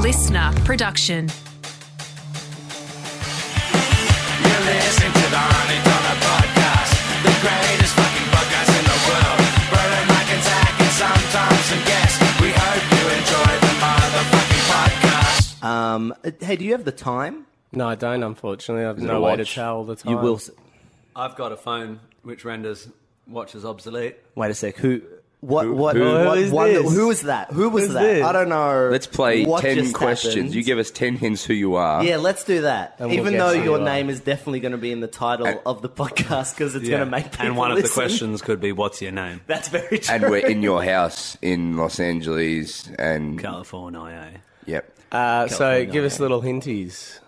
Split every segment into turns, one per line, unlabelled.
listener production.
You listen to the Honey Dollar Podcast, the greatest fucking podcast in the world. Roland Mike and Zach and sometimes a guest. We hope you enjoy the motherfucking podcast.
Um, uh, hey, do you have the time?
No, I don't. Unfortunately, I've
it
no
a
way to
watch?
tell the time.
You will. s-
I've got a phone which renders watches obsolete.
Wait a sec. Who? What? what?
who-
what
Who is
one-
this?
who was that? Who was
Who's
that?
this?
I don't know.
Let's play
What
ten
just
questions.
happened?
You give us ten hints who you are.
Yeah, let's do that.
And we'll
Even
guess
though
who you uh,
your
are.
name is definitely going to be in the title
And-
of the podcast because it's going to make people
and one of the
listen.
questions could be, "What's your name?"
That's very true.
And we're in your house in Los Angeles, and
California. eh?
yep.
Uh, so give us little hinties.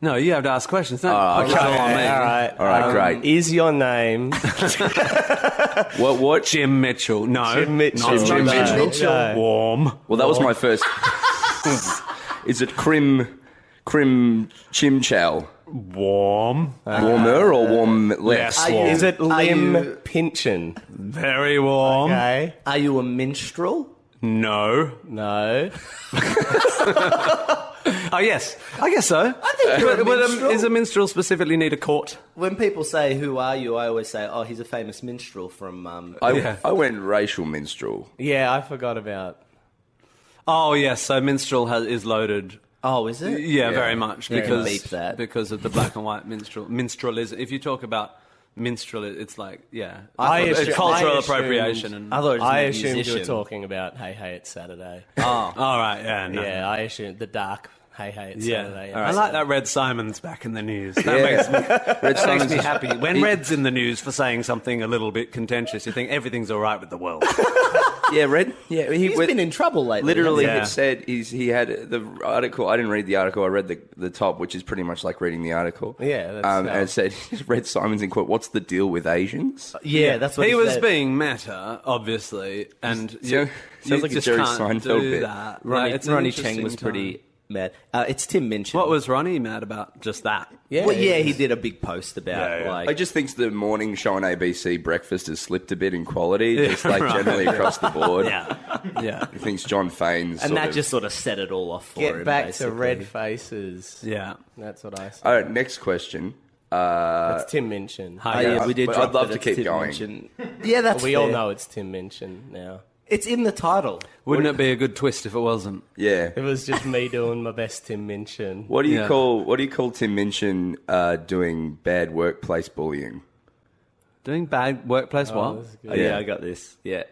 No, you have to ask questions. No,
Oh, okay.
It's all on me.
All right.
All right, great.
Is your name
What? What?
Jim Mitchell. No,
Jim Mitchell?
Not
Jim
Jim Mitchell.
No,
Mitchell.
no.
Warm.
Well, that was my first. Is it Crim, Crim Chimchow?
Warm.
Warmer or warm less?
Yes.
you-
Is it
Are
Lim
you-
Pynchon?
Very warm.
Okay.
Are you a minstrel?
No.
No.
Oh yes, I guess so. I
think you're a
but, but,
minstrel.
is a minstrel specifically need a court?
When people say "Who are you?" I always say, "Oh, he's a famous minstrel from." Um,
I,
Yeah.
I went racial minstrel.
Yeah, I forgot about.
Oh yes, so minstrel has, is loaded.
oh, is it?
Yeah, very much
Yeah,
because
beep that.
because of the black and white minstrel minstrel is. If you talk about minstrel, it- it's like yeah,
I
It's
assu-
cultural
I assumed-
appropriation. And,
I thought it was
I
a
assumed you were
musician.
talking about Hey Hey It's Saturday.
all right, yeah, no.
yeah, I assumed the dark Hey Hey It's
Yeah,
Saturday.
I like that Red Simon's back in the news. That
Yeah.
makes me,
Red
that makes
Simon's
me
is-
happy. When Red's in the news for saying something a little bit contentious, you think everything's all right with the world.
Yeah, red. Yeah, he
He's
went-
been in trouble lately.
Literally,
Yeah.
it said he's, he had the article. I didn't read the article. I read the, the top, which is pretty much like reading the article.
Yeah, that's
um,
how-
and it said Red Simon's in quote. What's the deal with
Uh,
Asians?
Yeah, that's what
he
he
was
said.
being meta, obviously, and you,
sounds
you
like a
just
Jerry
can't
Seinfeld
do
bit.
that.
Ronnie,
Like, it's an
Ronnie Chang
interesting
was pretty
time.
mad. Uh, it's Tim Minchin.
What was Ronnie mad about? Just that.
Yeah.
Well, yeah, he did a big post about
Yeah, yeah.
like.
I just think the morning show on ABC breakfast has slipped a bit in quality, just like generally across the board.
yeah, yeah,
He thinks John Fain's
and
sort
that
of-
just sort of set it all off for him.
Get back to
basically.
red faces.
yeah.
That's what I said.
All right, next question.
It's Tim Minchin.
Oh,
yeah.
yeah, we did.
But
drop
I'd love
that
to
it's
keep
Tim
going.
Minchin. Yeah, that's
We all
fair.
know it's Tim Minchin now.
It's in the title.
Wouldn't it be a good twist if it wasn't?
It
Yeah.
was just me doing my best Tim Minchin.
What do you
Yeah.
call what do you call Tim Minchin uh, doing bad workplace bullying?
Doing bad workplace
Oh,
what?
that's
Oh,
good.
yeah.
Yeah.
I got this. Yeah.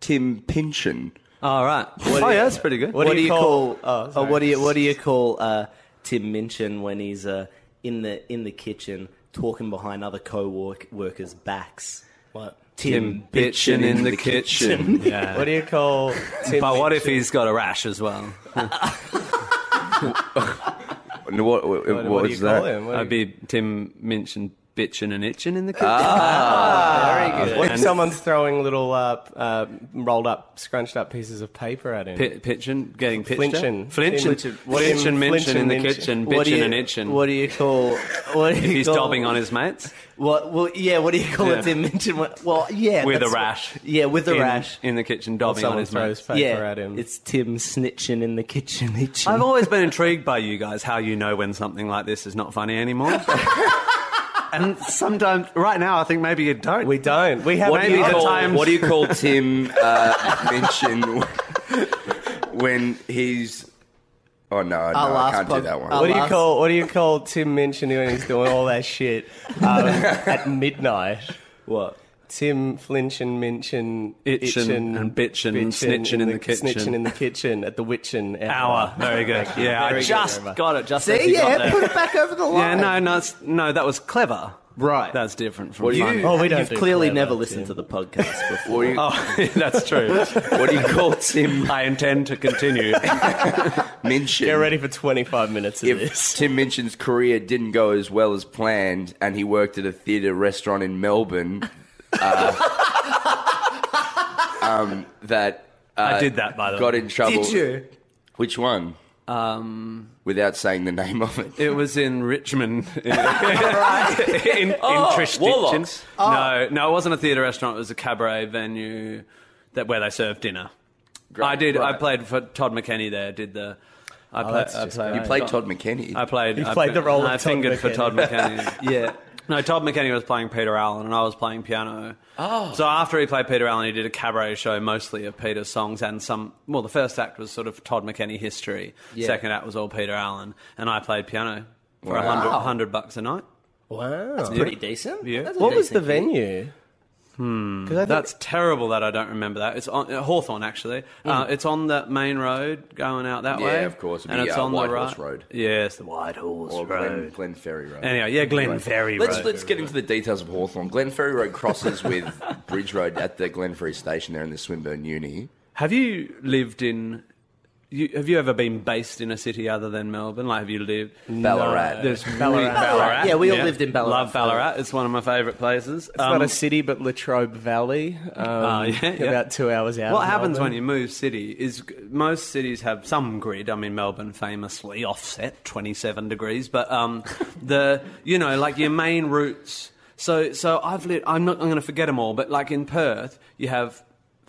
Tim Pinchin.
All right. oh yeah, that's pretty good.
What do you call- oh,
Oh,
sorry.
what do you What do you call uh, Tim Minchin when he's uh, in the in the kitchen talking behind other co-workers' backs?
What?
Tim,
bitching in the kitchen. yeah.
What do you call Tim
but what if
Minchin?
he's got a rash as well?
No, What, what,
What,
what
what do
is
you call
that?
him? What do
I'd
you-
be
Ah.
Tim mentioned bitching and itching in the kitchen.
what if
and-
someone's throwing little uh, p- uh, rolled up, scrunched up pieces of paper at him?
Pi pitching, getting pitched
Flinching.
at? flinching,
Flinching.
flinching,
What do you-
flinching,
flinching,
in the
minching.
kitchen,
What do
bitching
you-
and itching.
What do you call? What do you
He's
call,
dobbing on his mates
What? Well, yeah. What do you call
Yeah.
it? Tim Minchin. What- Well, yeah.
with a
that's what-
rash.
yeah, with a
in,
rash.
in the kitchen, dobbing on
Someone
his mates.
throws paper
yeah,
at him.
it's Tim snitching in the kitchen. itching.
I've always been intrigued by you guys how you know when something like this is not funny anymore. and sometimes, right now, I think maybe you don't.
we don't. We have
What do,
Maybe
you
the
call,
times-
what do you call Tim uh, Minchin w- when he's? Oh no, no
Our
I
last
can't
pod-
do that one.
our
What do you
last-
call what do you call Tim Minchin when he's doing all that shit um, at midnight? What? Tim flinchin' minchin'
Itchin' and bitchin', snitchin' in the kitchen.
snitchin' in the kitchen at the witchin
Hour. Very good. Yeah, I
Very good,
just
Roma.
got it. Just as
See,
you got
yeah,
there.
put it back over the
Yeah,
line.
no, no, it's- no, that was clever.
Right.
That's different from
What do you-
funny.
Oh, we don't
You've
do
clearly
clever,
never
Tim.
listened to the podcast before.
What do you,
Oh, that's true.
what do you call Tim
I intend to continue.
Uh, Minchin?
Get ready for 25 minutes of
if
this.
Tim Minchin's career didn't go as well as planned and he worked at a theatre restaurant in Melbourne, uh, um, that uh,
I did that, by the
got
way.
in trouble. Which one?
Um,
Without saying the name of it.
It was in Richmond. in, in, in Trish
Oh, Warlocks. Oh.
Ditchin. No, no, it wasn't a theatre restaurant. It was a cabaret venue that where they served dinner. I did. I
right. Oh,
played for Todd McKenny there. Did the I, play,
that's
I
just
played.
You played Todd McKenny.
I played.
You
I
played the role of
I
Todd
fingered for
McKenny.
Todd McKenny.
Yeah.
No, Todd McKenny was playing Peter Allen, and I was playing piano. Oh. So after he played Peter Allen, he did a cabaret show mostly of Peter's songs and some. Well, the first act was sort of Todd McKenny history.
Yeah.
Second act was all Peter Allen, and I played piano for
Wow.
a hundred hundred bucks a night.
Wow.
Pretty decent.
Yeah.
That's a
what was the
decent gig.
venue? Hmm. Because I think
That's terrible that I don't remember that. It's on uh, Hawthorne actually. Uh, it's on the main road going out that
Yeah,
way.
of course. It'd
and
be,
it's
uh,
on the
Whitehorse
right.
Road.
Yes, the Whitehorse
Or
Road.
Glen, Glen Ferry Road.
Anyway, yeah, Glen Ferry Road.
Let's, let's get into the details of Hawthorn. Glen Ferry Road crosses with Bridge Road at the Glen Ferry Station there in the Swinburne Uni.
Have you lived in? You, have you ever been based in a city other than Melbourne? Like, have you lived
Ballarat.
There's
Ballarat.
Ballarat.
Yeah, we all lived in Ballarat.
Love Ballarat. It's one of my favourite places. Um,
it's not a city, but Latrobe Valley. Um,
Ah, yeah, yeah.
About two hours out.
what
of
happens when
Melbourne.
you move city is most cities have some grid. I mean, Melbourne famously offset 27 degrees, but um, the you know like your main routes. So so I've lit, I'm not I'm going to forget them all, but like in Perth, you have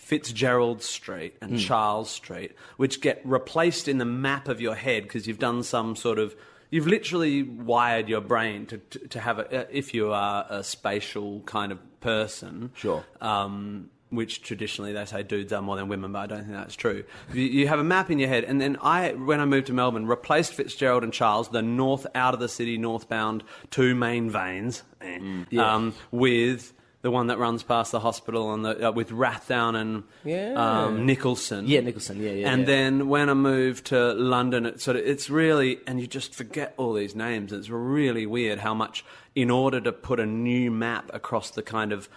Fitzgerald Street
Hmm.
and Charles Street, which get replaced in the map of your head because you've done some sort of You've literally wired your brain to, to, to have a, if you are a spatial kind of person,
Sure.
um, which traditionally they say dudes are more than women, but I don't think that's true. You, you have a map in your head, and then I, when I moved to Melbourne, replaced Fitzgerald and Charles, the north out of the city, northbound two main veins, eh, um, with the one that runs past the hospital and the, uh, with Rathdown and
Yeah.
um, Nicholson.
Yeah, Nicholson, yeah, yeah,
And
yeah.
then when I moved to London, it sort of it's really and you just forget all these names. It's really weird how much in order to put a new map across the kind of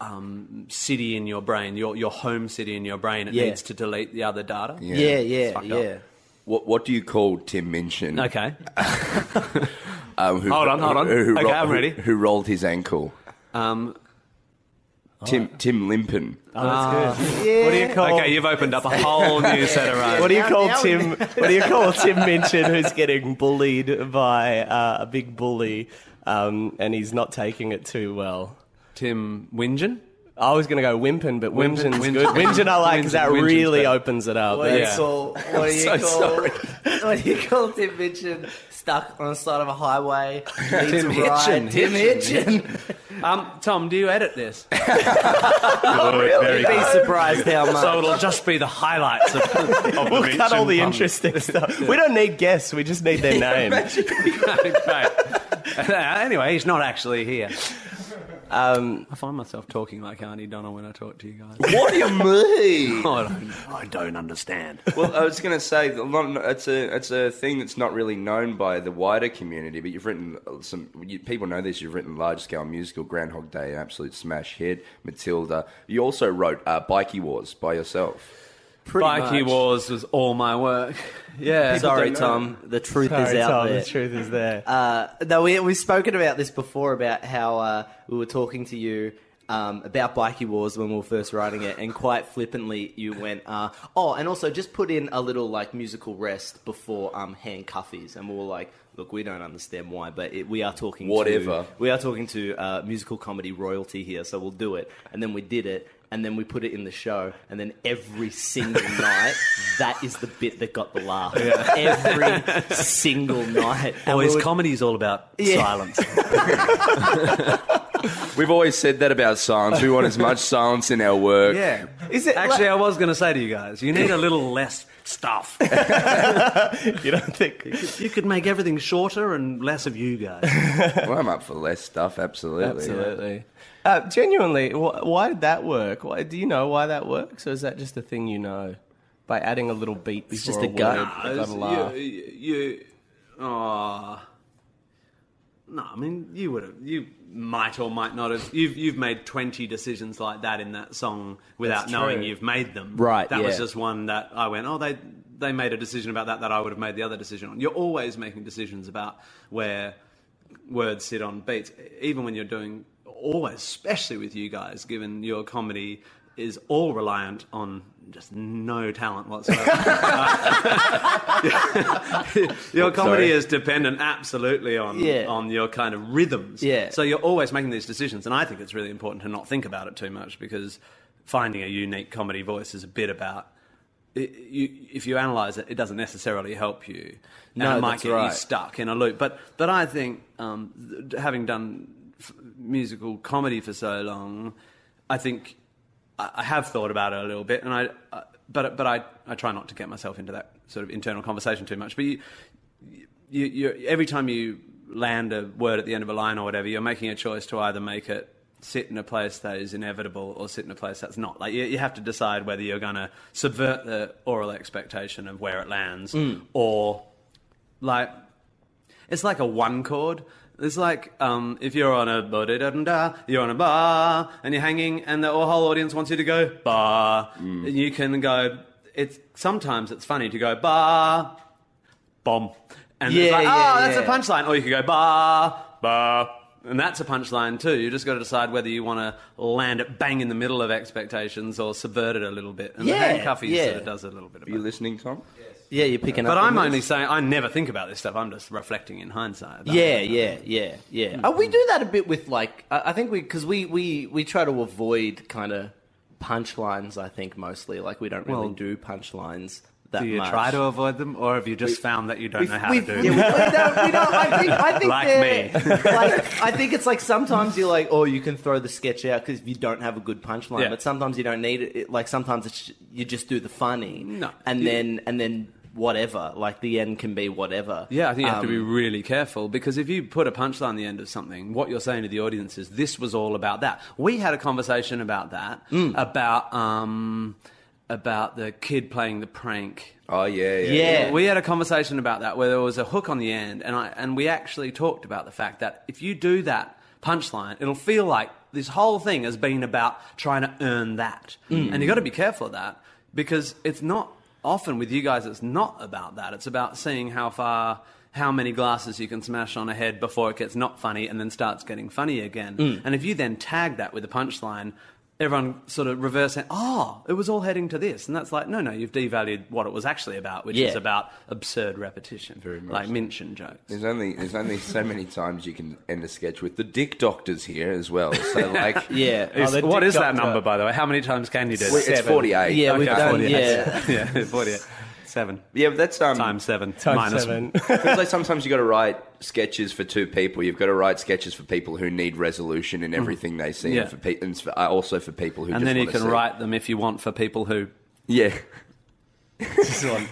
um, city in your brain, your your home city in your brain, it
Yeah.
needs to delete the other data.
Yeah,
It's
yeah,
fucked
yeah.
up.
What, what do you call Tim Minchin?
Okay.
Um, who,
Hold on, hold on. Okay, I'm ready.
Who, who rolled his ankle?
Um,
Tim Tim Limpin.
Oh, that's good. What do you call?
okay, you've opened up a whole new set of
What
roads.
do you
Now-
call
now we-
Tim? what do you call Tim Minchin, who's getting bullied by uh, a big bully, um, and he's not taking it too well?
Tim Wingen.
I was going to go Wimpin, but
Wimpin,
Wimpin's
Wimpin.
good. Wimpin I like because that
Wimpin, Wimpin's
really
better.
opens it up.
What do you
Yeah.
call what do you
so
call
sorry.
what do you call Tim Minchin stuck on the side of a highway? needs
Tim
a ride?
Hitchin,
Tim
Hitchin.
Hitchin.
Um, Tom, do you edit this?
You'd be surprised how much.
So it'll just be the highlights of, of the
We'll
Minchin
cut all the
pun.
interesting stuff. We don't need guests. We just need their name.
Great. anyway, he's not actually here. Um, I find myself talking like Arnie Donald when I talk to you guys.
What do you mean?
I don't, I don't understand.
well, I was going to say that not- it's a it's a thing that's not really known by the wider community, but you've written uh, some you, people know this. You've written large scale musical Groundhog Day, an absolute smash hit, Matilda. You also wrote uh, Bikey Wars by yourself.
pretty
Bikey
much.
Wars was all my work. Yeah.
Sorry,
don't know.
Tom. The truth is
Sorry,
out
Tom.
there.
The truth is there.
Uh, no, we, we've spoken about this before about how uh, we were talking to you um, about Bikey Wars when we were first writing it, and quite flippantly you went, uh, "Oh, and also just put in a little like musical rest before um, handcuffies," and we were like. Look, we don't understand why, but it, we are talking.
Whatever.
To, we are talking to uh, musical comedy royalty here, so we'll do it. And then we did it, and then we put it in the show, and then every single night, that is the bit that got the laugh. Every single night. And
Now
we
his
were
comedy is all about
Yeah.
silence.
We've always said that about silence. We want as much silence in our work.
Yeah.
Is it
Actually,
like-
I was going to say to you guys, you need a little less stuff.
you don't think?
you could make everything shorter and less of you guys.
Well, I'm up for less stuff. Absolutely.
Absolutely. Uh, genuinely, wh- why did that work? Why, do you know why that works, or is that just a thing you know? By adding a little beat before
just
a,
a gut.
word,
Nah,
I got
it's-
a laugh.
You, you, aw. no, I mean you would have, you might or might not have. You've you've made twenty decisions like that in that song without
That's
knowing
true.
you've made them.
Right,
That was
yeah.
just one that I went, oh, they they made a decision about that that I would have made the other decision on. You're always making decisions about where words sit on beats, even when you're doing always, especially with you guys, given your comedy is all reliant on just no talent whatsoever. your comedy
sorry.
is dependent absolutely on
Oh, Yeah.
on your kind of rhythms.
Yeah.
So you're always making these decisions, and I think it's really important to not think about it too much because finding a unique comedy voice is a bit about it, you, if you analyze it, it doesn't necessarily help you.
No,
and it might
that's
get you
right.
stuck in a loop. But but I think um, th- having done f- musical comedy for so long, I think I, I have thought about it a little bit, and I, I but but I I try not to get myself into that sort of internal conversation too much. But you, you, you every time you land a word at the end of a line or whatever, you're making a choice to either make it sit in a place that is inevitable or sit in a place that's not. Like you, you have to decide whether you're going to subvert the oral expectation of where it lands
Mm.
or like it's like a one chord. It's like um, if you're on a ba da da you're on a bar, and you're hanging, and the whole audience wants you to go bar.
Mm.
And you can go. It's sometimes it's funny to go bar, bomb, and it's
Yeah,
like,
yeah,
oh, that's
yeah.
a punchline. Or you could go bar, bar, and that's a punchline too. You just got to decide whether you want to land it bang in the middle of expectations or subvert it a little bit. And
Yeah,
the handcuffy
yeah.
sort of does a little bit of
Are you
both.
listening, Tom?
Yeah, you're picking up.
But
on
I'm
this.
only saying I never think about this stuff. I'm just reflecting in hindsight. about
Yeah,
it.
yeah, yeah, yeah.
Mm.
Uh, we do that a bit with like I, I think we because we we we try to avoid kind of punchlines. I think mostly like we don't really
Well,
do punchlines that
Do you
much.
try to avoid them, or have you just found that you don't know how to
We've-
do
yeah,
them?
we- we don't- we don't- I think, I think
Like
they're- like, I think it's like sometimes you're like, oh, you can throw the sketch out because you don't have a good punchline.
Yeah.
But sometimes you don't need it. it. Like sometimes it's, you just do the funny,
No.
and
You-
then and then whatever. Like the end can be whatever.
Yeah, I think you have to
Um,
be really careful because if you put a punchline at the end of something, what you're saying to the audience is this was all about that. We had a conversation about that, about um, about the kid playing the prank.
Oh yeah, yeah.
Yeah.
We had a conversation about that where there was a hook on the end, and I and we actually talked about the fact that if you do that punchline, it'll feel like this whole thing has been about trying to earn that, and you got to be careful of that because it's not often with you guys. It's not about that. It's about seeing how far. How many glasses you can smash on a head before it gets not funny and then starts getting funny again. And if you then tag that with a punchline, everyone sort of reverse it. Oh, it was all heading to this, and that's like, no, no, you've devalued what it was actually about, which is
Yeah.
about absurd repetition, like mention jokes.
There's only there's only so many times you can end a sketch with the dick doctors here as well. So like
Yeah.
Oh, the
what
dick
is that
doctor.
number, by the way? How many times can you do
Wait,
that?
it's
Seven.
48.
Yeah, we've
Okay,
done.
48.
Yeah,
yeah, forty-eight, seven
yeah, but that's um
times seven
Times
minus
seven.
It's like sometimes you got to write sketches for two people. You've got to write sketches for people who need resolution in everything they see,
Mm. Yeah.
and for pe- and for, uh, also for people who.
and
just
then you
wanna
can
see.
write them if you want for people who.
Yeah,
Just on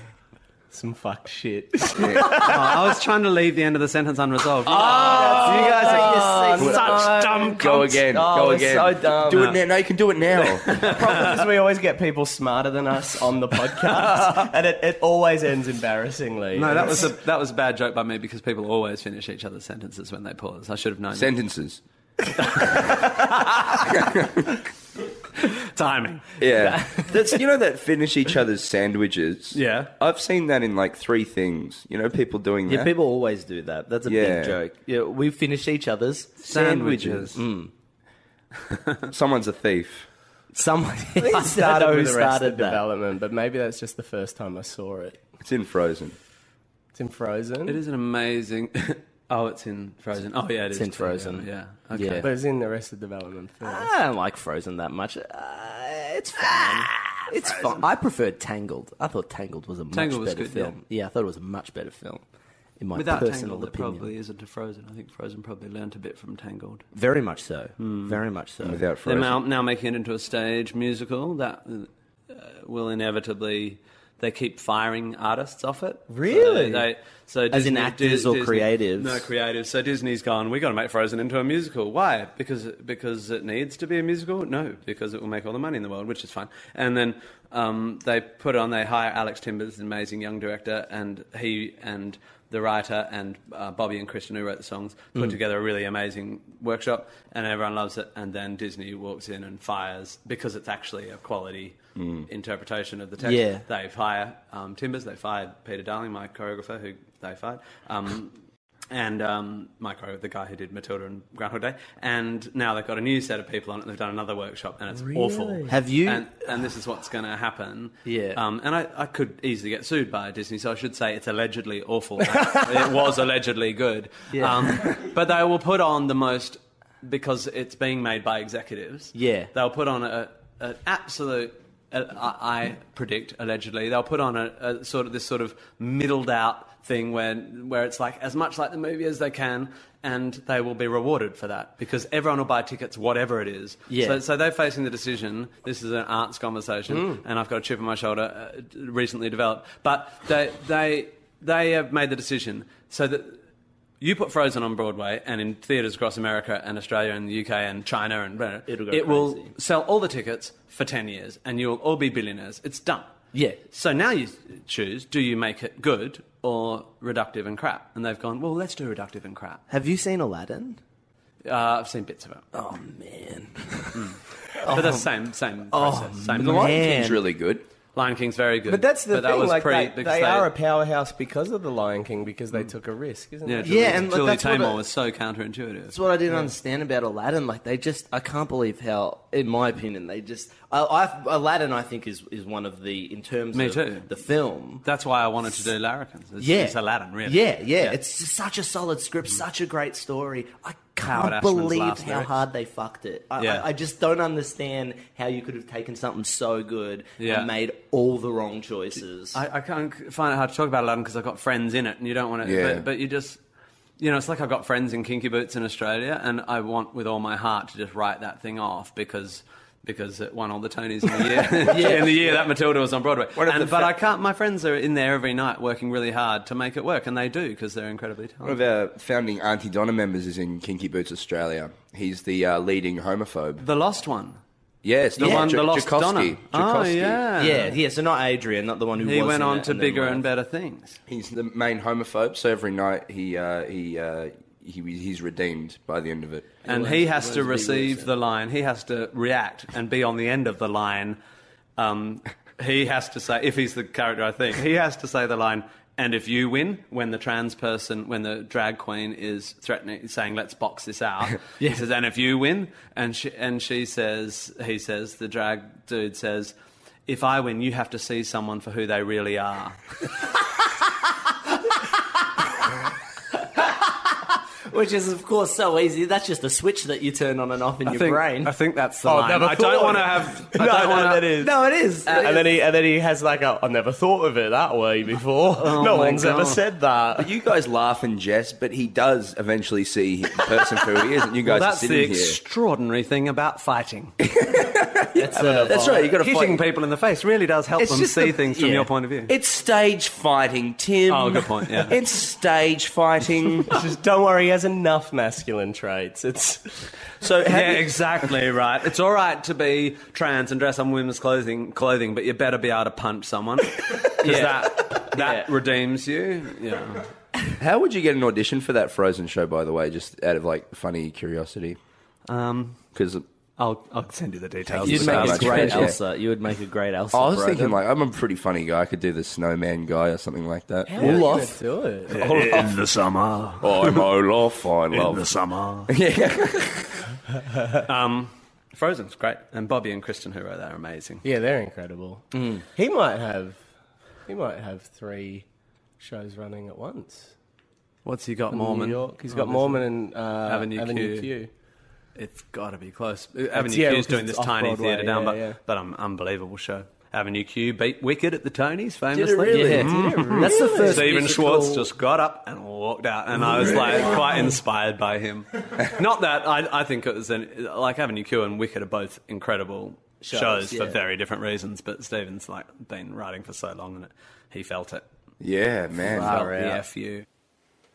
some fuck shit.
Oh, I was trying to leave the end of the sentence unresolved.
you guys
Oh,
are
You're Oh, such dumb.
go again,
Oh,
go again.
so dumb.
Do it now. No, you can do it now.
Problem is, we always get people smarter than us on the podcast, and it, it always ends embarrassingly.
No, that was a that was a bad joke by me because people always finish each other's sentences when they pause. I should have known.
Sentences.
timing.
Yeah, that's you know that finish each other's sandwiches.
Yeah.
I've seen that in like three things. You know, people doing
Yeah,
that.
people always do that. That's a
Yeah.
big joke. Yeah, we finish each other's
Sandwiches.
Someone's a thief.
Someone
It started
who
with
started
Arrested
that.
Development, but maybe that's just the first time I saw it.
It's in Frozen.
It's in Frozen.
It is an amazing. oh, it's in Frozen. Oh yeah, it is
in
too,
Frozen.
Yeah. yeah.
Yeah.
Okay.
But it's in the Arrested Development first.
I don't like Frozen that much. Uh, it's fine. It's fine. I preferred Tangled. I thought Tangled was a much
Tangled was
better
good,
film. Yeah. I thought it was a much better film. In my
Without
personal
Tangled, it
opinion,
probably isn't a Frozen. I think Frozen probably learnt a bit from Tangled.
very much so. Very much so.
Without
They're
Frozen.
now, now making it into a stage musical that uh, will inevitably. They keep firing artists off it.
Really?
So they, so
As in
Disney-
actors or creatives?
No, creatives. So Disney's gone. We got to make Frozen into a musical. Why? Because because it needs to be a musical. No, because it will make all the money in the world, which is fine. And then um, they put on. They hire Alex Timbers, an amazing young director, and he and the writer and uh, Bobby and Christian, who wrote the songs, put together a really amazing workshop, and everyone loves it. And then Disney walks in and fires because it's actually a quality interpretation of the text.
Yeah.
They fire um, Timbers. They fired Peter Darling, my choreographer, who they fired, um, and um, my choreo- the guy who did Matilda and Groundhog Day. And now they've got a new set of people on it. They've done another workshop, and it's awful.
Have you-
And, and this is what's going to happen.
Yeah.
Um, and I, I could easily get sued by Disney, so I should say it's allegedly awful. it was allegedly good.
Yeah.
Um, but they will put on the most because it's being made by executives.
Yeah.
They'll put on a, an absolute uh, I, I predict allegedly they'll put on a, a sort of this sort of middled out thing where where it's like as much like the movie as they can, and they will be rewarded for that because everyone will buy tickets, whatever it is.
Yeah.
So, so they're facing the decision. This is an arts conversation, and I've got a chip on my shoulder, uh, d- recently developed. But they they they have made the decision so that. You put Frozen on Broadway and in theatres across America and Australia and the UK and China and blah,
It'll go
it will
crazy.
sell all the tickets for 10 years and you'll all be billionaires. It's done.
Yeah.
So now you choose do you make it good or reductive and crap? And they've gone, well, let's do reductive and crap.
Have you seen Aladdin?
Uh, I've seen bits of it.
Oh man.
but
Oh.
that's same, same process. same
The Lion
process.
King's really good.
Lion King's very good.
But that's the
that
thing.
was
like
pre-
they,
because Mm.
they are a powerhouse because of the Lion King because they took a risk, isn't
Yeah,
it?
Julie,
Yeah, and look,
Julie
that's what
Taymor
I-
was so counterintuitive.
That's what I didn't understand about Aladdin. Like they just, I can't believe how, in my opinion, they just. I, I, Aladdin, I think, is is one of the in terms
Me
of
too.
the film.
That's why I wanted to do Larrikins. It's,
Yeah,
it's Aladdin, really. Mm-hmm.
Yeah, yeah, It's just such a solid script, such a great story. I
Howard
can't
Ashman's
believe
last
how
lyrics.
hard they fucked it. I,
Yeah.
I, I just don't understand how you could have taken something so good
Yeah.
and made all the wrong choices.
I, I can't c- find it hard to talk about Aladdin because I've got friends in it, and you don't want to.
Yeah.
But, but you just, you know, it's like I've got friends in kinky boots in Australia, and I want with all my heart to just write that thing off because. Because it won all the Tonys in the year. in the year that Matilda was on Broadway.
One of
And,
the
but
fa-
I can't. My friends are in there every night working really hard to make it work, and they do because they're incredibly
One of
talented.
our founding Auntie Donna members is in Kinky Boots Australia. He's the uh, leading homophobe.
The lost one,
Yes,
the one, the lost
Joukowsky.
Donna. Oh
Joukowsky.
yeah,
yeah, yeah. So not Adrian, not the one who
He
was in
went on
it
to
and then
bigger
left.
and better things.
He's the main homophobe, so every night he uh, he, uh, he he's redeemed by the end of it.
and he has to receive the line. He has to react and be on the end of the line. Um, he has to say, if he's the character, I think he has to say the line. And if you win, when the trans person, when the drag queen is threatening, saying, "Let's box this out," he says, "And if you win," and she and she says, he says, the drag dude says, "If I win, you have to see someone for who they really are."
Which is, of course, so easy. That's just a switch that you turn on and off in your brain.
I think that's the
Oh,
line.
never
I don't
thought.
want to have. I
No,
don't
no,
wanna,
that is.
no, it is.
and then he and then he has like a I never thought of it that way before. no
Oh my
one's ever
God.
said that.
You guys laugh and jest, but he does eventually see the person for who he is, and you guys
well,
are
that's the
sitting
extraordinary thing about fighting.
here. That's right. You got to
Hitting
fight.
people in the face really does help them see things from
yeah.
your point of view.
It's stage fighting, Tim.
Oh, good point, yeah.
It's stage fighting.
Just don't worry, he has enough masculine traits. It's
so, how
yeah,
do you-
exactly right. It's all right to be trans and dress up in women's clothing, clothing, but you better be able to punch someone because that that
Yeah.
redeems you. Yeah.
how would you get an audition for that Frozen show? By the way, just out of like funny curiosity,
Um,
because.
I'll I'll send you the details.
You'd
You'd
so
make a
much
great
pleasure.
Elsa. You would make a great Elsa.
I was
bro.
thinking, like, I'm a pretty funny guy. I could do the snowman guy or something like that.
Olaf. Do it.
In the summer,
I'm Olaf. I
in the
love.
summer.
Um, Frozen's great, and Bobby and Kristen who wrote that are amazing.
Yeah, they're incredible.
Mm.
He might have he might have three shows running at once.
What's he got,
Mormon.
Mormon? Oh,
New York. He's got Mormon and uh,
Avenue
Avenue,
Q.
Q.
It's got to be close. Uh, Avenue
yeah,
Q is
because
doing
it's
this tiny
off-Broadway,
theatre down,
yeah,
but
yeah.
but um, unbelievable show. Avenue Q beat Wicked at the Tonys famously.
really? Yeah. That's the first.
Stephen
musical-
Schwartz just got up and walked out, and I was like quite inspired by him. Not that I, I think it was an, like Avenue Q and Wicked are both incredible shows,
Shows,
for
yeah.
very different reasons, but Stephen's like been writing for so long and it, he felt it.
Yeah, man.
Felt the fu.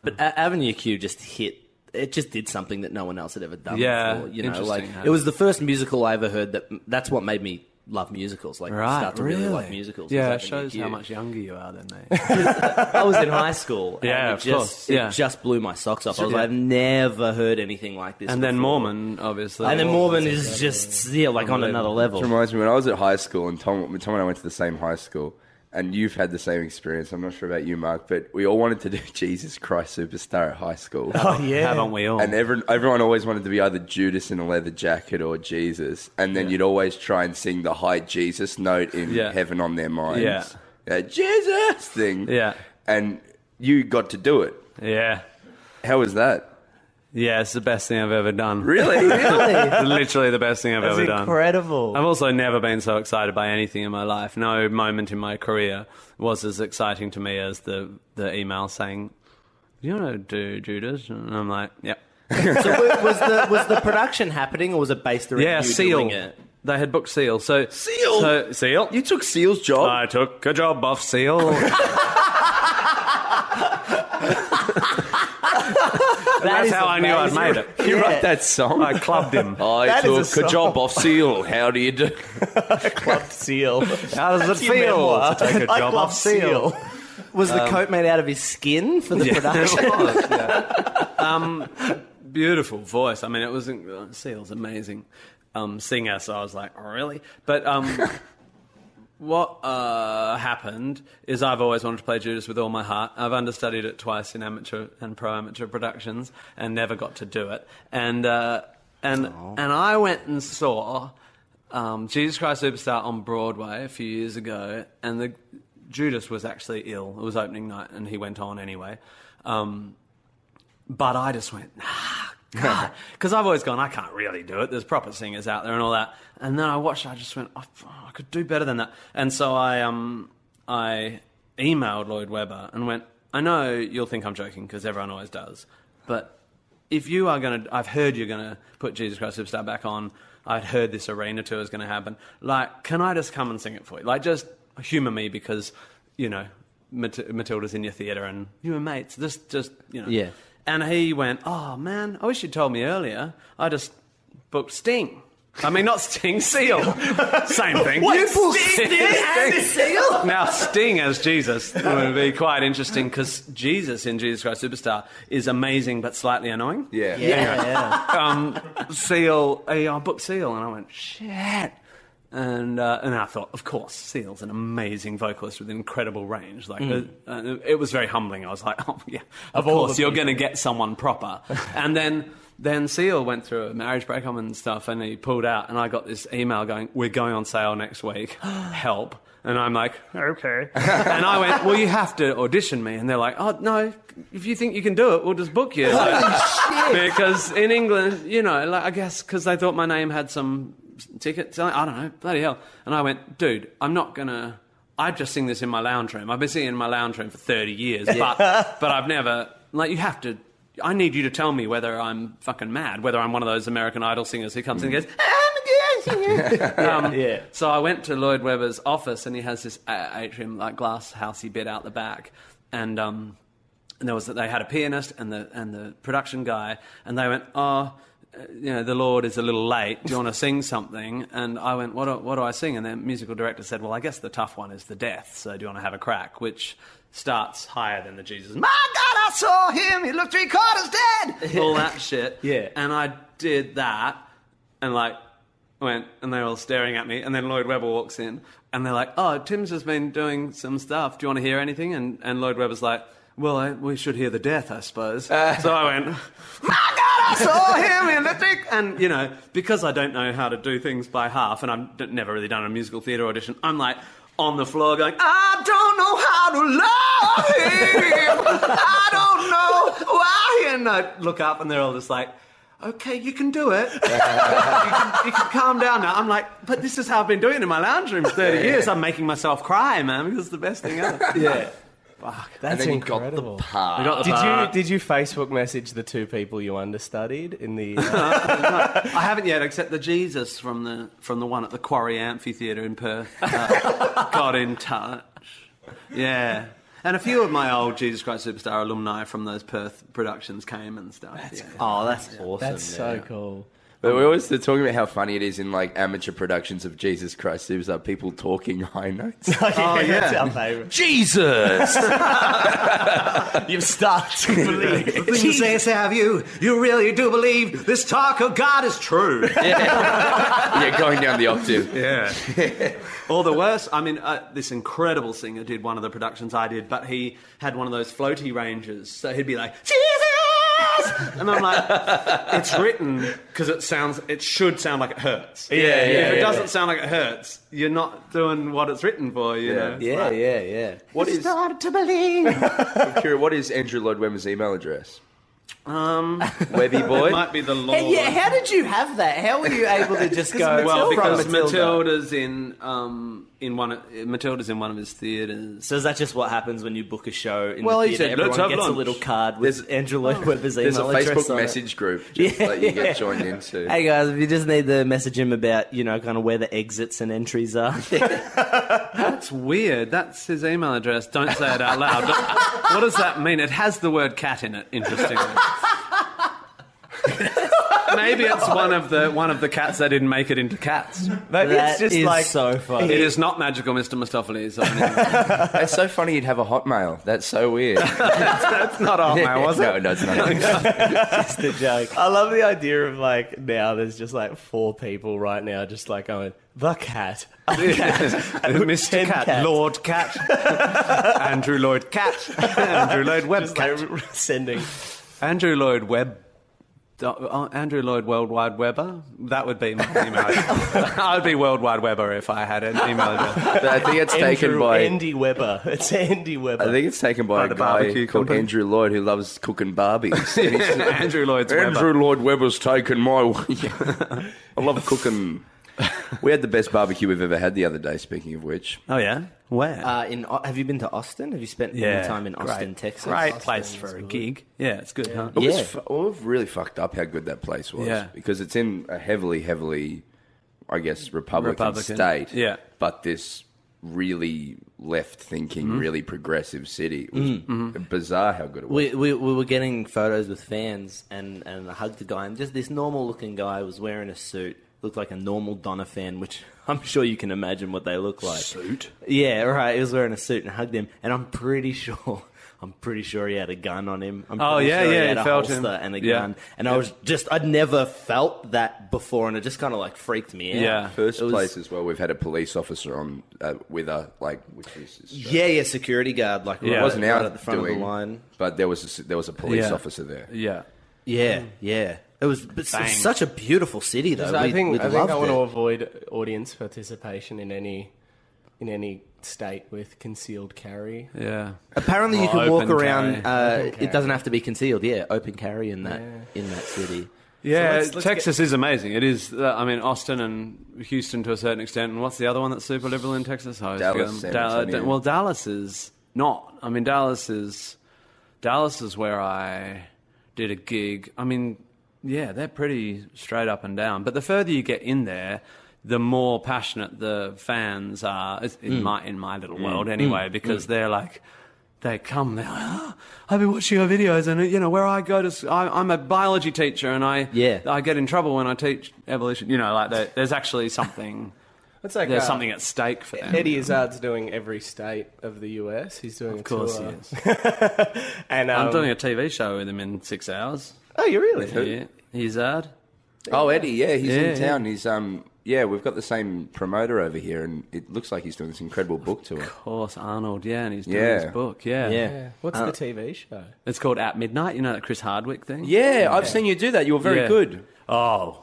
But A- Avenue Q just hit. It just did something that no one else had ever done
Yeah,
before. You know,
interesting,
like
huh?
it was the first musical I ever heard. That that's what made me love musicals. Like
Right,
start to really, like musicals.
Yeah,
was
it shows
Avenue
how
Q.
much younger you are than me.
I was in high school. and
Yeah,
it
of
just,
course,
It
yeah.
just blew my socks off. I was
Yeah.
like, I've never heard anything like this.
and then
before.
Mormon, obviously.
And
Oh,
then Mormon is just yeah, like on another level.
It reminds me when I was at high school, and Tom, Tom and I went to the same high school, and you've had the same experience. I'm not sure about you, Mark, but we all wanted to do Jesus Christ Superstar at high school.
Oh yeah.
Haven't we all?
And everyone, everyone always wanted to be either Judas in a leather jacket or Jesus. And then you'd always try and sing the high Jesus note in
Yeah.
Heaven on Their Minds.
Yeah.
That Jesus thing.
Yeah.
And you got to do it.
yeah.
How was that?
Yeah, it's the best thing I've ever done.
Really?
Really?
Literally the best thing I've
That's
ever done.
incredible.
I've also never been so excited by anything in my life. No moment in my career was as exciting to me as the, the email saying, "Do you want to do Judas?" And I'm like, "Yep."
So wa- was the was the production happening, or was it based around
Yeah,
you
Seal.
doing it?
They had booked Seal. So
Seal?
So, seal.
you took Seal's job.
I took a job off Seal. That's
is
how I knew I'd
amazing.
made it.
you
yeah.
wrote that song.
I clubbed him.
I
That
took
is a
a,
song.
job off Seal. How do you do?
Club seal.
How does it feel to take a
I
job
love
off Seal?
seal.
Was the coat made out of his skin for the
Yeah,
production?
it was, yeah. um, beautiful voice. I mean, it was uh, Seal's amazing um, singer. So I was like, really? But um, what uh, happened is I've always wanted to play Judas with all my heart. I've understudied it twice in amateur and pro amateur productions and never got to do it. And uh, and and I went and saw um, Jesus Christ Superstar on Broadway a few years ago, and the Judas was actually ill. It was opening night, and he went on anyway. Um, but I just went, ah, God. Because I've always gone, I can't really do it. There's proper singers out there and all that. And then I watched it, I just went, oh, I could do better than that. And so I, um, I emailed Lloyd Webber and went, I know you'll think I'm joking because everyone always does. But if you are going to, I've heard you're going to put Jesus Christ Superstar back on. I'd heard this arena tour is going to happen. Like, can I just come and sing it for you? Like, just humor me because, you know, Mat- Matilda's in your theatre and you were mates. Just, just, you know.
Yeah.
And he went, Oh man, I wish you'd told me earlier. I just booked Sting. I mean, not Sting, Seal. Same thing.
What, Sting and Seal?
Now, Sting as Jesus would be quite interesting because Jesus in Jesus Christ Superstar is amazing but slightly annoying.
Yeah.
Yeah, yeah.
Um, Seal, I I uh, booked Seal and I went, Shit. And, uh, and I thought, of course, Seal's an amazing vocalist with incredible range. Like, uh, uh, it was very humbling. I was like, oh, yeah, of,
all
course,
the
you're going to get someone proper. and then, then Seal went through a marriage breakup and stuff, and he pulled out, and I got this email going, we're going on sale next week, help. And I'm like, okay. and I went, well, you have to audition me. And they're like, oh, no, if you think you can do it, we'll just book you. Like, because in England, you know, like, I guess because they thought my name had some tickets. I I don't know, bloody hell. And I went, dude, I'm not gonna. I just sing this in my lounge room. I've been singing in my lounge room for 30 years, but but I've never like you have to. I need you to tell me whether I'm fucking mad, whether I'm one of those American Idol singers who comes in and goes, I'm a good singer. um,
yeah.
so I went to Lloyd Webber's office, and he has this uh, atrium, like glass housey bit out the back, and um, and there was they had a pianist and the and the production guy, and they went, oh. uh, You know, the Lord is a little late. Do you want to sing something? And I went, what do, what do I sing? And the musical director said, well, I guess the tough one is the death. So do you want to have a crack? Which starts higher than the Jesus. My God, I saw him. He looked three quarters dead. All that shit.
Yeah.
And I did that and like went and they were all staring at me and then lloyd webber walks in and they're like oh tim's has been doing some stuff do you want to hear anything and, and lloyd webber's like well I, we should hear the death i suppose so i went my god i saw him in the thick and you know because i don't know how to do things by half and i've d- never really done a musical theatre audition i'm like on the floor going i don't know how to love him i don't know why and i look up and they're all just like okay, you can do it. you, can, you can calm down now. I'm like, but this is how I've been doing it in my lounge room for 30 years. I'm making myself cry, man, because it's the best thing ever.
Yeah.
And
That's
then you got the
incredible.
part.
did you did you Facebook message the two people you understudied in the? uh,
I haven't yet, except the Jesus from the from the one at the Quarry Amphitheatre in Perth uh, got in touch. Yeah. And a few of my old Jesus Christ Superstar alumni from those Perth productions came and stuff. yeah.
Oh, that's awesome.
That's so cool.
But we're always talking about how funny it is in like amateur productions of Jesus Christ Superstar, people talking high notes.
Oh yeah, that's our favorite.
Jesus!
You've started to believe.
The things they say of you, you really do believe this talk of God is true.
yeah, going down the octave.
Yeah. or the worst, I mean, uh, this incredible singer did one of the productions I did, but he had one of those floaty ranges. So he'd be like, Jesus! And I'm like, it's written because it sounds, it should sound like it hurts.
Yeah, yeah,
If it
yeah.
doesn't sound like it hurts, you're not doing what it's written for, you
Yeah.
know? It's
Yeah,
like-
yeah, yeah.
What is,
It's hard to believe.
I'm curious, what is Andrew Lloyd Webber's email address?
Um,
Webby boy.
it might be the law.
Hey, yeah, how did you have that? How were you able to just go
well,
from
because
Matilda?
Matilda's in um, in one of, Matilda's in one of his theaters.
So is that just what happens when you book a show in
Well,
the
he
theater?
said,
Everyone
"Let's have
gets
lunch."
a little card with
There's-
Angela Weber's email
There's a
address
Facebook
on it.
message group just that you get joined into.
Hey guys, if you just need to message him about, you know, kind of where the exits and entries are.
That's weird. That's his email address. Don't say it out loud. what does that mean? It has the word cat in it. Interestingly. Maybe it's one of the one of the cats that didn't make it into cats.
Maybe
That
it's just
is
like
so funny.
It is not magical, Mr. Mistopheles. I mean,
That's so funny. You'd have a hotmail. That's so weird.
It's not our mail, was
no,
it?
no, it's not.
the joke.
I love the idea of like now there's just like four people right now just like going the cat.
Mr.
Ten
Cat,
cats.
Lord Cat, Andrew Lloyd Cat, Andrew Lloyd Webb
Just
Cat,
like sending.
Andrew Lloyd Webb. uh, Andrew Lloyd Worldwide Webber. That would be my email. address. I would be Worldwide Webber if I had an email address.
I think it's taken
Andrew
by.
Andy Weber. It's Andy Weber.
I think it's taken by,
By
a
the
guy
barbecue
called
company.
Andrew Lloyd who loves cooking barbies.
Andrew Lloyd's
Andrew
Webber.
Lloyd Webber's taken my. I love cooking. We had the best barbecue we've ever had the other day. Speaking of which,
Oh yeah, where?
Uh, in Au- have you been to Austin? Have you spent
yeah,
any time in Austin,
great,
Texas?
Great
Austin
place
is
for a
good.
gig. Yeah, it's good. Huh?
It was
Yeah.
fu- well, we've really fucked up how good that place was
Yeah.
because it's in a heavily, heavily, I guess, Republican,
Republican.
state.
Yeah.
but this really left-thinking, really progressive city. It was bizarre how good it was.
We, we we were getting photos with fans and and I hugged the guy and just this normal looking guy was wearing a suit looked like a normal Donna fan which I'm sure you can imagine what they look like
Suit.
yeah right he was wearing a suit and hugged him and I'm pretty sure I'm pretty sure he had a gun on him I'm
Oh,
pretty
yeah,
sure
yeah,
he
it
had a
felt
holster
him.
and a
Yeah.
gun and I was just I'd never felt that before and it just kind of like freaked me out
Yeah.
First
It was-
place as well. We've had a police officer on uh, with a like, which is
yeah yeah security guard like
Yeah.
right,
It wasn't
right
out
at the front
doing,
of the line
but there was a, there was a police
Yeah.
officer there.
Yeah.
Yeah, yeah. It was but s-
Bang.
such a beautiful city, though.
I
We-
think
we
I think
loved
I want
it.
to avoid audience participation in any in any state with concealed carry.
Yeah.
Apparently, you
Or
can walk
open
around.
carry.
Uh,
carry.
it doesn't have to be concealed. Yeah, open carry in that in that city.
Yeah,
let's- let's
Texas is amazing. It is. Uh, I mean, Austin and Houston to a certain extent. And what's the other one that's super liberal in Texas? I always
Dallas,
forget them.
San
Dal-
Antonio.
Da- well, Dallas is not. I mean, Dallas is. Dallas is where I did a gig. I mean, yeah, they're pretty straight up and down. But the further you get in there, the more passionate the fans are. It's
Mm.
in my in my little world anyway, because they're like. They come. They're like, "Oh, I've been watching your videos, and you know where I go to. s- I, am a biology teacher, and I
Yeah.
I get in trouble when I teach evolution. You know, like there, there's actually something.
It's like
There's
uh,
something at stake for them.
Eddie Izzard's doing every state of the US. He's doing
of course,
a
he
tour.
is.
And um,
I'm doing a TV show with him in six hours.
Oh, you really?
Yeah, he's hard.
Oh, Eddie, yeah, he's
Yeah,
in
yeah.
town. He's um, yeah, we've got the same promoter over here, and it looks like he's doing this incredible book tour.
Of course, Arnold. Yeah, and he's doing
Yeah.
his book. Yeah.
Yeah,
Yeah. What's
Uh,
the TV show?
it's called At Midnight. You know that Chris Hardwick thing.
Yeah, I've seen you do that. You were very
Yeah.
good.
Oh.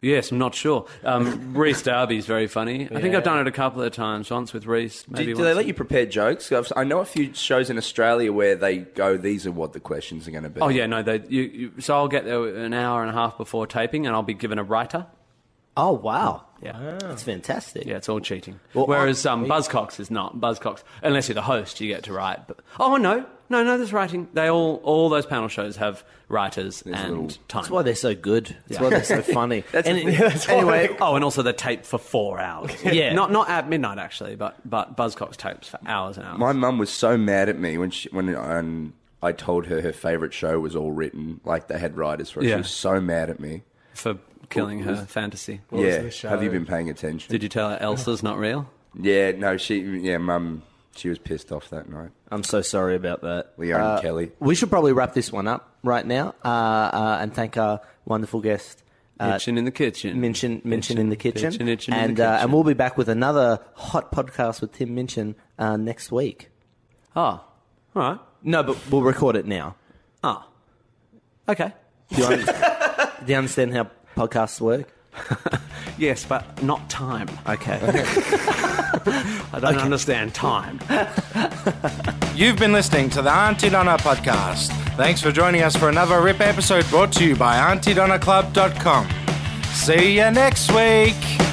Yes, I'm not sure. Um, Reese Darby's very funny. I think I've done it a couple of times. Once with Reese,
Do,
maybe.
do
once
they let you prepare jokes? I've, I know a few shows in Australia where they go, "These are what the questions are going to be."
Oh yeah, no. They, you, you, so I'll get there an hour and a half before taping, and I'll be given a writer.
Oh wow,
Yeah,
that's fantastic.
yeah. It's all cheating.
Well,
Whereas um, Buzzcocks is not Buzzcocks, unless you're the host, you get to write. But oh no, no, no. There's writing. They all all those panel shows have writers and
little-
time.
That's why they're so good. That's why they're so funny. And it-
anyway, oh, and also they tape for four hours.
Yeah.
not not at midnight actually, but but Buzzcocks tapes for hours and hours.
My mum was so mad at me when she when um, I told her her favorite show was all written, like they had writers for it. She
Yeah.
was so mad at me.
for killing her fantasy.
was
yeah,
the show?
have you been paying attention?
Did you tell her Elsa's not real?
yeah, no, she, yeah, mum, she was pissed off that night.
I'm so sorry about that. Uh,
Leon Kelly.
We should probably wrap this one up right now uh, uh, and thank our wonderful guest. Uh,
Kitchen in the kitchen.
Minchin, Minchin in the kitchen,
Minchin, Minchin in
and
the
Uh,
kitchen.
and we'll be back with another hot podcast with Tim Minchin uh, next week.
Oh, all right.
No, but we'll record it now.
Ah, okay.
Do you, un- do you understand how podcasts work?
Yes, but not time.
Okay.
I don't understand time.
You've been listening to the Auntie Donna podcast. Thanks for joining us for another RIP episode brought to you by AuntieDonnaClub.com. See you next week.